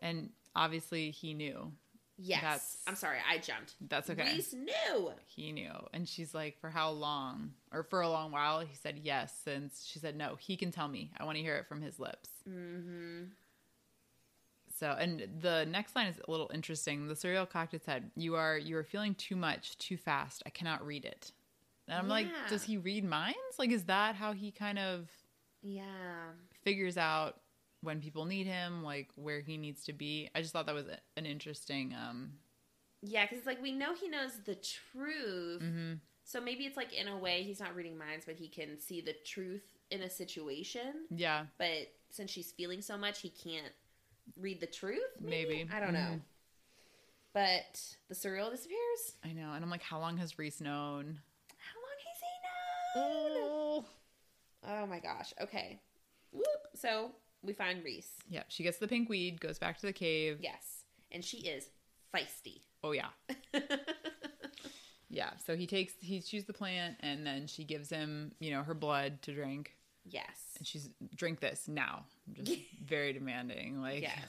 Speaker 1: And obviously he knew.
Speaker 2: Yes.
Speaker 1: That's-
Speaker 2: I'm sorry, I jumped.
Speaker 1: That's okay.
Speaker 2: Reese knew.
Speaker 1: He knew. And she's like, for how long? Or for a long while? He said yes. Since she said no, he can tell me. I want to hear it from his lips.
Speaker 2: Mm-hmm.
Speaker 1: So, and the next line is a little interesting. The cereal cocked its head. You are you are feeling too much, too fast. I cannot read it. And I'm like,
Speaker 2: Yeah.
Speaker 1: does he read minds? Like, is that how he kind of
Speaker 2: Yeah.
Speaker 1: figures out when people need him, like where he needs to be? I just thought that was a- an interesting. um
Speaker 2: Yeah, because it's like we know he knows the truth.
Speaker 1: mhm.
Speaker 2: So maybe it's like in a way he's not reading minds, but he can see the truth in a situation.
Speaker 1: Yeah,
Speaker 2: But since she's feeling so much, he can't read the truth.
Speaker 1: maybe.
Speaker 2: I don't know.
Speaker 1: Mhm.
Speaker 2: But the surreal disappears.
Speaker 1: I know. And I'm like, how long has Reese known?
Speaker 2: How long has he known?
Speaker 1: Oh.
Speaker 2: Oh my gosh. Okay. Whoop. So we find Reese.
Speaker 1: Yeah, she gets the pink weed, goes back to the cave.
Speaker 2: Yes. And she is feisty.
Speaker 1: Oh yeah. Yeah, so he takes he chews the plant and then she gives him, you know, her blood to drink.
Speaker 2: yes.
Speaker 1: And she's drink this now. Just very demanding. Like
Speaker 2: Yes.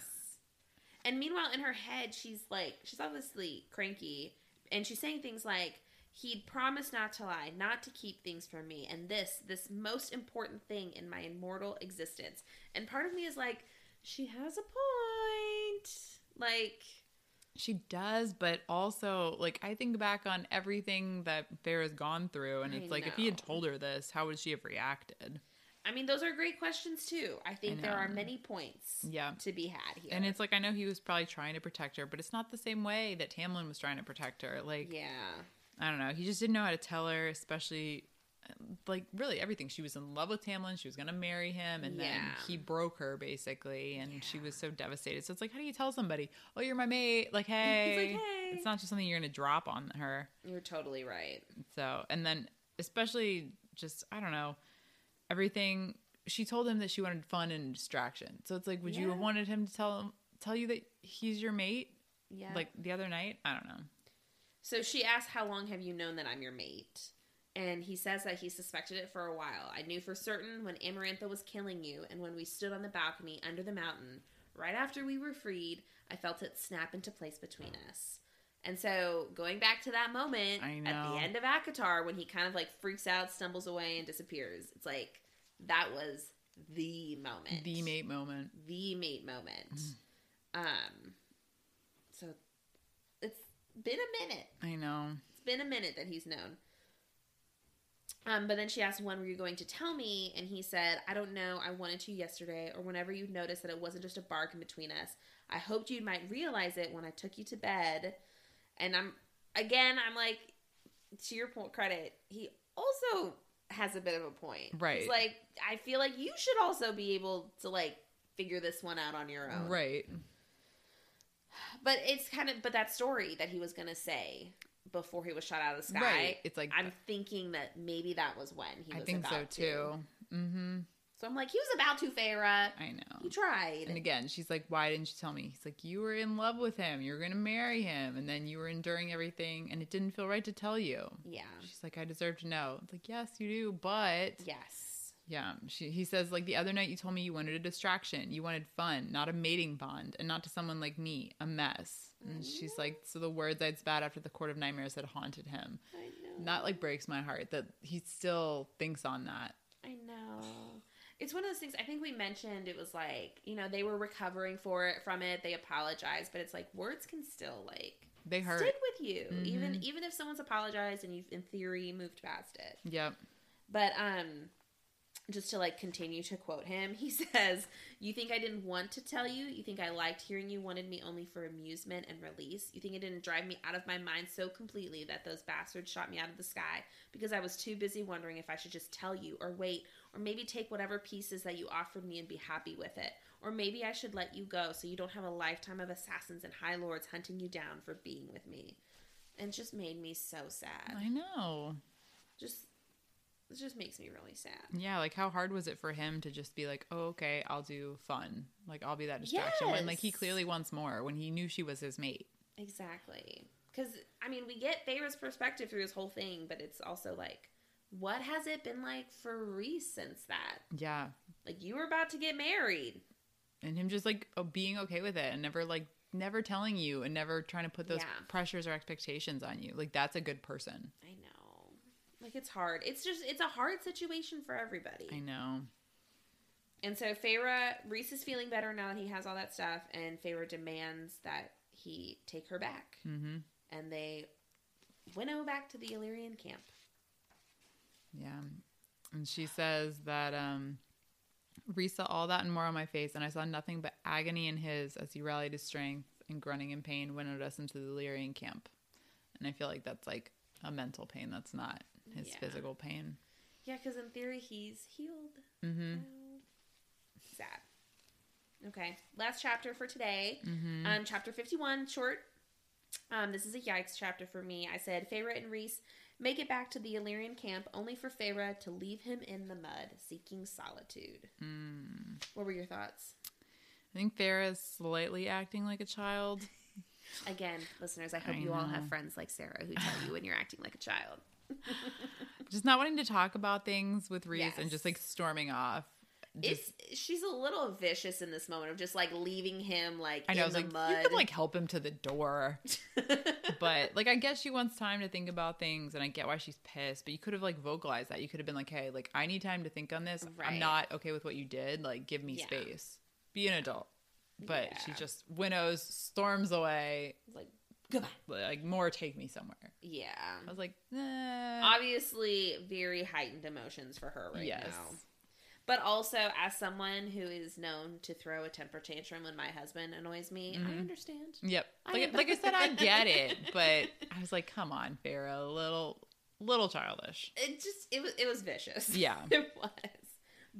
Speaker 2: And meanwhile, in her head, she's like, she's obviously cranky, and she's saying things like, "He'd promised not to lie, not to keep things from me, and this, this most important thing in my immortal existence." And part of me is like, she has a point. Like,
Speaker 1: she does, but also like I think back on everything that Farrah's gone through and
Speaker 2: I
Speaker 1: it's like if he had
Speaker 2: know.
Speaker 1: told her this, how would she have reacted?
Speaker 2: I mean, those are great questions too. I think there are
Speaker 1: know.
Speaker 2: many points
Speaker 1: Yeah.
Speaker 2: to be had here,
Speaker 1: And it's like I know he was probably trying to protect her, but it's not the same way that Tamlin was trying to protect her. Like
Speaker 2: yeah,
Speaker 1: I don't know. He just didn't know how to tell her, especially uh, like really everything. She was in love with Tamlin. She was going to marry him, and then
Speaker 2: Yeah.
Speaker 1: he broke her basically, and she was so devastated. So it's like, how do you tell somebody? Oh, you're my mate. Like, hey,
Speaker 2: hey.
Speaker 1: it's not just something you're going to drop on her.
Speaker 2: You're totally right.
Speaker 1: So, and then especially just I don't know everything. She told him that she wanted fun and distraction. So it's like, would you have
Speaker 2: Yeah.
Speaker 1: wanted him to tell him tell you that he's your mate?
Speaker 2: Yeah.
Speaker 1: Like the other night, I don't know.
Speaker 2: So she asked, How long have you known that I'm your mate? And he says that he suspected it for a while. I knew for certain when Amarantha was killing you and when we stood on the balcony under the mountain. Right after we were freed, I felt it snap into place between us. And so, going back to that moment
Speaker 1: I
Speaker 2: at
Speaker 1: know.
Speaker 2: the end of Akatar, when he kind of like freaks out, stumbles away, and disappears, it's like that was the moment.
Speaker 1: The Mm. mate moment.
Speaker 2: the mate moment. Um, so it's been a minute.
Speaker 1: I know.
Speaker 2: It's been a minute that he's known. Um, but then she asked, "When were you going to tell me?" And he said, "I don't know. I wanted to yesterday, or whenever you noticed that it wasn't just a bargain between us. I hoped you might realize it when I took you to bed." And I'm again, I'm like, to your point, credit. He also has a bit of a point,
Speaker 1: Right.
Speaker 2: It's like I feel like you should also be able to like figure this one out on your own,
Speaker 1: Right.
Speaker 2: But it's kind of but that story that he was gonna say before he was shot out of the sky.
Speaker 1: Right. It's like
Speaker 2: I'm thinking that maybe that was when he
Speaker 1: I
Speaker 2: was
Speaker 1: think so
Speaker 2: about to.
Speaker 1: too. Mm-hmm.
Speaker 2: So I'm like, he was about to, Farah.
Speaker 1: I
Speaker 2: He
Speaker 1: know.
Speaker 2: tried.
Speaker 1: Oh. And again, she's like, "Why didn't you tell me?" He's like, "You were in love with him. You were going to marry him, and then you were enduring everything, and it didn't feel right to tell you."
Speaker 2: yeah.
Speaker 1: She's like, "I deserve to know." It's like, "Yes, you do, but
Speaker 2: Yes.
Speaker 1: yeah." She, he says, "Like the other night, you told me you wanted a distraction. You wanted fun, not a mating bond, and not to someone like me, a mess."
Speaker 2: Mm-hmm.
Speaker 1: And she's like, "So the words I'd spat after the court of nightmares had haunted him."
Speaker 2: I know.
Speaker 1: And that like breaks my heart that he still thinks on that.
Speaker 2: I know. It's one of those things. I think we mentioned it was like you know they were recovering for it from it. They apologized, but it's like words can still like
Speaker 1: They hurt. Mm-hmm.
Speaker 2: stick with you, even even if someone's apologized and you've in theory moved past it.
Speaker 1: Yep.
Speaker 2: But um just to like continue to quote him, he says, "You think I didn't want to tell you? You think I liked hearing you wanted me only for amusement and release? You think it didn't drive me out of my mind so completely that those bastards shot me out of the sky because I was too busy wondering if I should just tell you or wait or maybe take whatever pieces that you offered me and be happy with it? Or maybe I should let you go so you don't have a lifetime of assassins and high lords hunting you down for being with me." And it just made me so sad.
Speaker 1: I know.
Speaker 2: Just it just makes me really sad.
Speaker 1: Yeah, like how hard was it for him to just be like, "Oh, okay, I'll do fun. Like I'll be that distraction." When like he
Speaker 2: Yes.
Speaker 1: clearly wants more when he knew she was his mate.
Speaker 2: Exactly. Because, I mean, we get Thera's perspective through this whole thing, but it's also like, what has it been like for Reese since that?
Speaker 1: Yeah.
Speaker 2: Like, you were about to get married.
Speaker 1: And him just like oh, being okay with it and never like never telling you and never trying to put those
Speaker 2: Yeah.
Speaker 1: pressures or expectations on you. Like that's a good person.
Speaker 2: I know. Like, it's hard. It's just, it's a hard situation for everybody.
Speaker 1: I know.
Speaker 2: And so, Feyre, Reese is feeling better now that he has all that stuff, and Feyre demands that he take her back.
Speaker 1: Mhm.
Speaker 2: And they winnow back to the Illyrian camp.
Speaker 1: Yeah. And she says that um Reese saw all that and more on my face, and I saw nothing but agony in his as he rallied his strength and grunting in pain winnowed us into the Lyrian camp. And I feel like that's like a mental pain that's not his
Speaker 2: Yeah.
Speaker 1: physical pain.
Speaker 2: Yeah, because in theory, he's healed.
Speaker 1: Mm-hmm.
Speaker 2: Sad. Okay, last chapter for today.
Speaker 1: Mm-hmm.
Speaker 2: Um, chapter 51, short. Um, this is a yikes chapter for me. I said, Feyre and Reese make it back to the Illyrian camp only for Feyre to leave him in the mud, seeking solitude.
Speaker 1: Mm.
Speaker 2: What were your thoughts?
Speaker 1: I think Farrah's slightly acting like a child.
Speaker 2: Again, listeners, I hope
Speaker 1: I
Speaker 2: you all have
Speaker 1: know.
Speaker 2: friends like Sarah who tell you when you're acting like a child.
Speaker 1: Just not wanting to talk about things with Reese and just like
Speaker 2: Yes.
Speaker 1: storming off. Just,
Speaker 2: it's she's a little vicious in this moment of just like leaving him like
Speaker 1: I know, I
Speaker 2: in
Speaker 1: was
Speaker 2: the
Speaker 1: like,
Speaker 2: mud.
Speaker 1: you could like help him to the door. but like I guess she wants time to think about things and I get why she's pissed, but you could have like vocalized that. You could have been like, "Hey, like I need time to think on this.
Speaker 2: Right.
Speaker 1: I'm not okay with what you did. Like give me
Speaker 2: Yeah.
Speaker 1: space. Be an adult." But she
Speaker 2: Yeah.
Speaker 1: just winnows, storms away,
Speaker 2: like goodbye.
Speaker 1: like more take me somewhere.
Speaker 2: Yeah.
Speaker 1: I was like, nah.
Speaker 2: obviously very heightened emotions for her right
Speaker 1: Yes.
Speaker 2: now. But also, as someone who is known to throw a temper tantrum when my husband annoys me, I
Speaker 1: Mhm.
Speaker 2: understand.
Speaker 1: Yep.
Speaker 2: I
Speaker 1: Like,
Speaker 2: am-
Speaker 1: like I said, I get it, but I was like, come on, Farrah, a little little childish.
Speaker 2: It just it was it was vicious.
Speaker 1: Yeah.
Speaker 2: it was.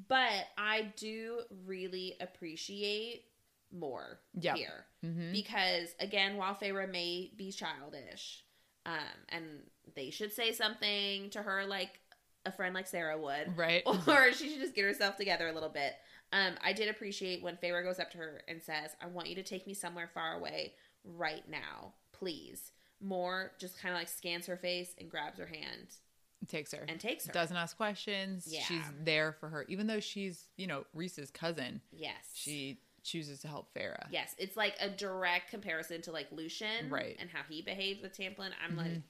Speaker 2: But I do really appreciate more
Speaker 1: Yeah.
Speaker 2: here
Speaker 1: Mm-hmm.
Speaker 2: because again, while Feyre may be childish, um, and they should say something to her like a friend like Sarah would,
Speaker 1: Right. Mm-hmm.
Speaker 2: or she should just get herself together a little bit. Um, I did appreciate when Feyre goes up to her and says, "I want you to take me somewhere far away right now, please." More just kind of like scans her face and grabs her hand
Speaker 1: Takes her.
Speaker 2: and takes her.
Speaker 1: Doesn't ask questions.
Speaker 2: Yeah.
Speaker 1: She's there for her, even though she's you know Reese's cousin.
Speaker 2: yes,
Speaker 1: She chooses to help Farah.
Speaker 2: yes, it's like a direct comparison to like Lucian,
Speaker 1: Right. Mm-hmm.
Speaker 2: and how he behaved with Tamplin. I'm like,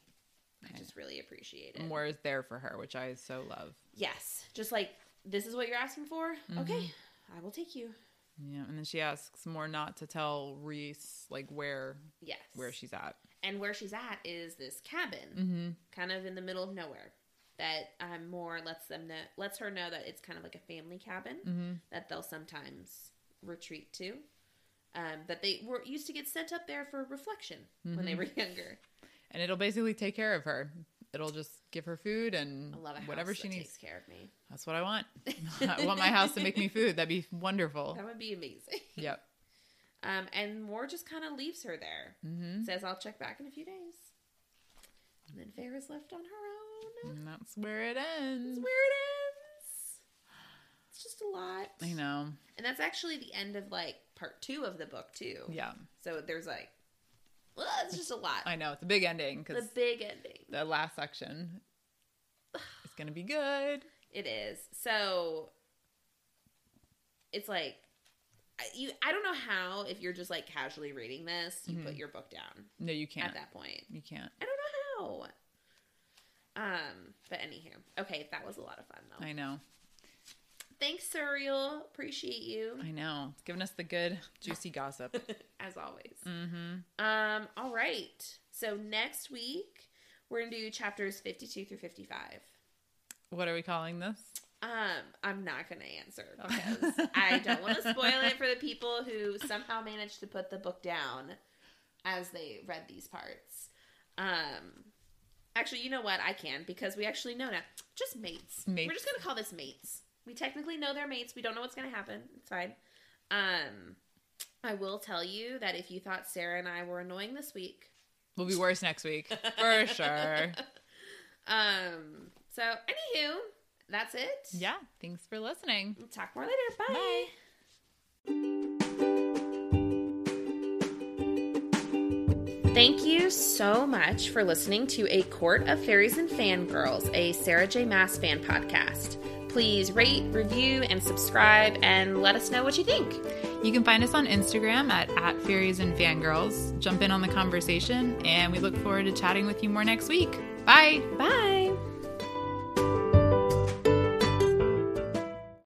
Speaker 2: I just really appreciate it.
Speaker 1: More is there for her, which I so love.
Speaker 2: Yes, just like this is what you're asking for. Okay,
Speaker 1: Mm-hmm.
Speaker 2: I will take you.
Speaker 1: Yeah, and then she asks more not to tell Reese like where
Speaker 2: Yes,
Speaker 1: where she's at.
Speaker 2: and where she's at is this cabin.
Speaker 1: Mm-hmm.
Speaker 2: kind of in the middle of nowhere that um, more lets them know lets her know that it's kind of like a family cabin
Speaker 1: Mm-hmm.
Speaker 2: that they'll sometimes retreat to um, that they were used to get sent up there for reflection when
Speaker 1: Mm-hmm.
Speaker 2: they were younger
Speaker 1: And it'll basically take care of her. It'll just give her food and
Speaker 2: i love a house
Speaker 1: whatever
Speaker 2: that
Speaker 1: she needs.
Speaker 2: takes care of me
Speaker 1: That's what I want. I want my house to make me food. That'd be wonderful.
Speaker 2: that would be amazing
Speaker 1: Yep.
Speaker 2: um, and moore just kind of leaves her there
Speaker 1: Mm-hmm.
Speaker 2: says i'll check back in a few days and then Farrah's left on her own
Speaker 1: And that's where it ends.
Speaker 2: that's where it ends it's just a lot
Speaker 1: I know.
Speaker 2: and that's actually the end of like part two of the book too
Speaker 1: Yeah,
Speaker 2: So there's like, well, it's just a lot.
Speaker 1: I know. It's a big ending
Speaker 2: the
Speaker 1: because
Speaker 2: big ending.
Speaker 1: the last section is gonna be good.
Speaker 2: It is. So it's like, I- you, I don't know how, if you're just like casually reading this, you
Speaker 1: Mhm.
Speaker 2: put your book down
Speaker 1: No, you
Speaker 2: at
Speaker 1: can't.
Speaker 2: that point.
Speaker 1: You can't.
Speaker 2: I don't know how. Um, but anywho, okay, that was a lot of fun though.
Speaker 1: I know.
Speaker 2: Thanks, Surreal. Appreciate you
Speaker 1: I know. It's giving us the good juicy gossip.
Speaker 2: as always.
Speaker 1: mm-hmm.
Speaker 2: Um, all right. So next week we're gonna do chapters fifty-two through fifty-five.
Speaker 1: What are we calling this?
Speaker 2: Um, I'm not going to answer
Speaker 1: Okay.
Speaker 2: because I don't want to spoil it for the people who somehow managed to put the book down as they read these parts. Um, actually, you know what? I can because we actually know now. Just mates. We're
Speaker 1: Mates.
Speaker 2: just going to call this mates. We technically know they're mates. We don't know what's going to happen. It's fine. Um, I will tell you that if you thought Sarah and I were annoying this week,
Speaker 1: We'll be worse next week for sure.
Speaker 2: um, so anywho, that's it.
Speaker 1: Yeah. Thanks for listening.
Speaker 2: We'll talk more later. Bye.
Speaker 1: Bye.
Speaker 2: Thank you so much for listening to A Court of Fairies and Fangirls, a Sarah J. Mass fan podcast. Please rate, review, and subscribe, and let us know what you think.
Speaker 1: You can find us on Instagram at, at Fairies and Fangirls. Jump in on the conversation, and we look forward to chatting with you more next week. Bye.
Speaker 2: Bye.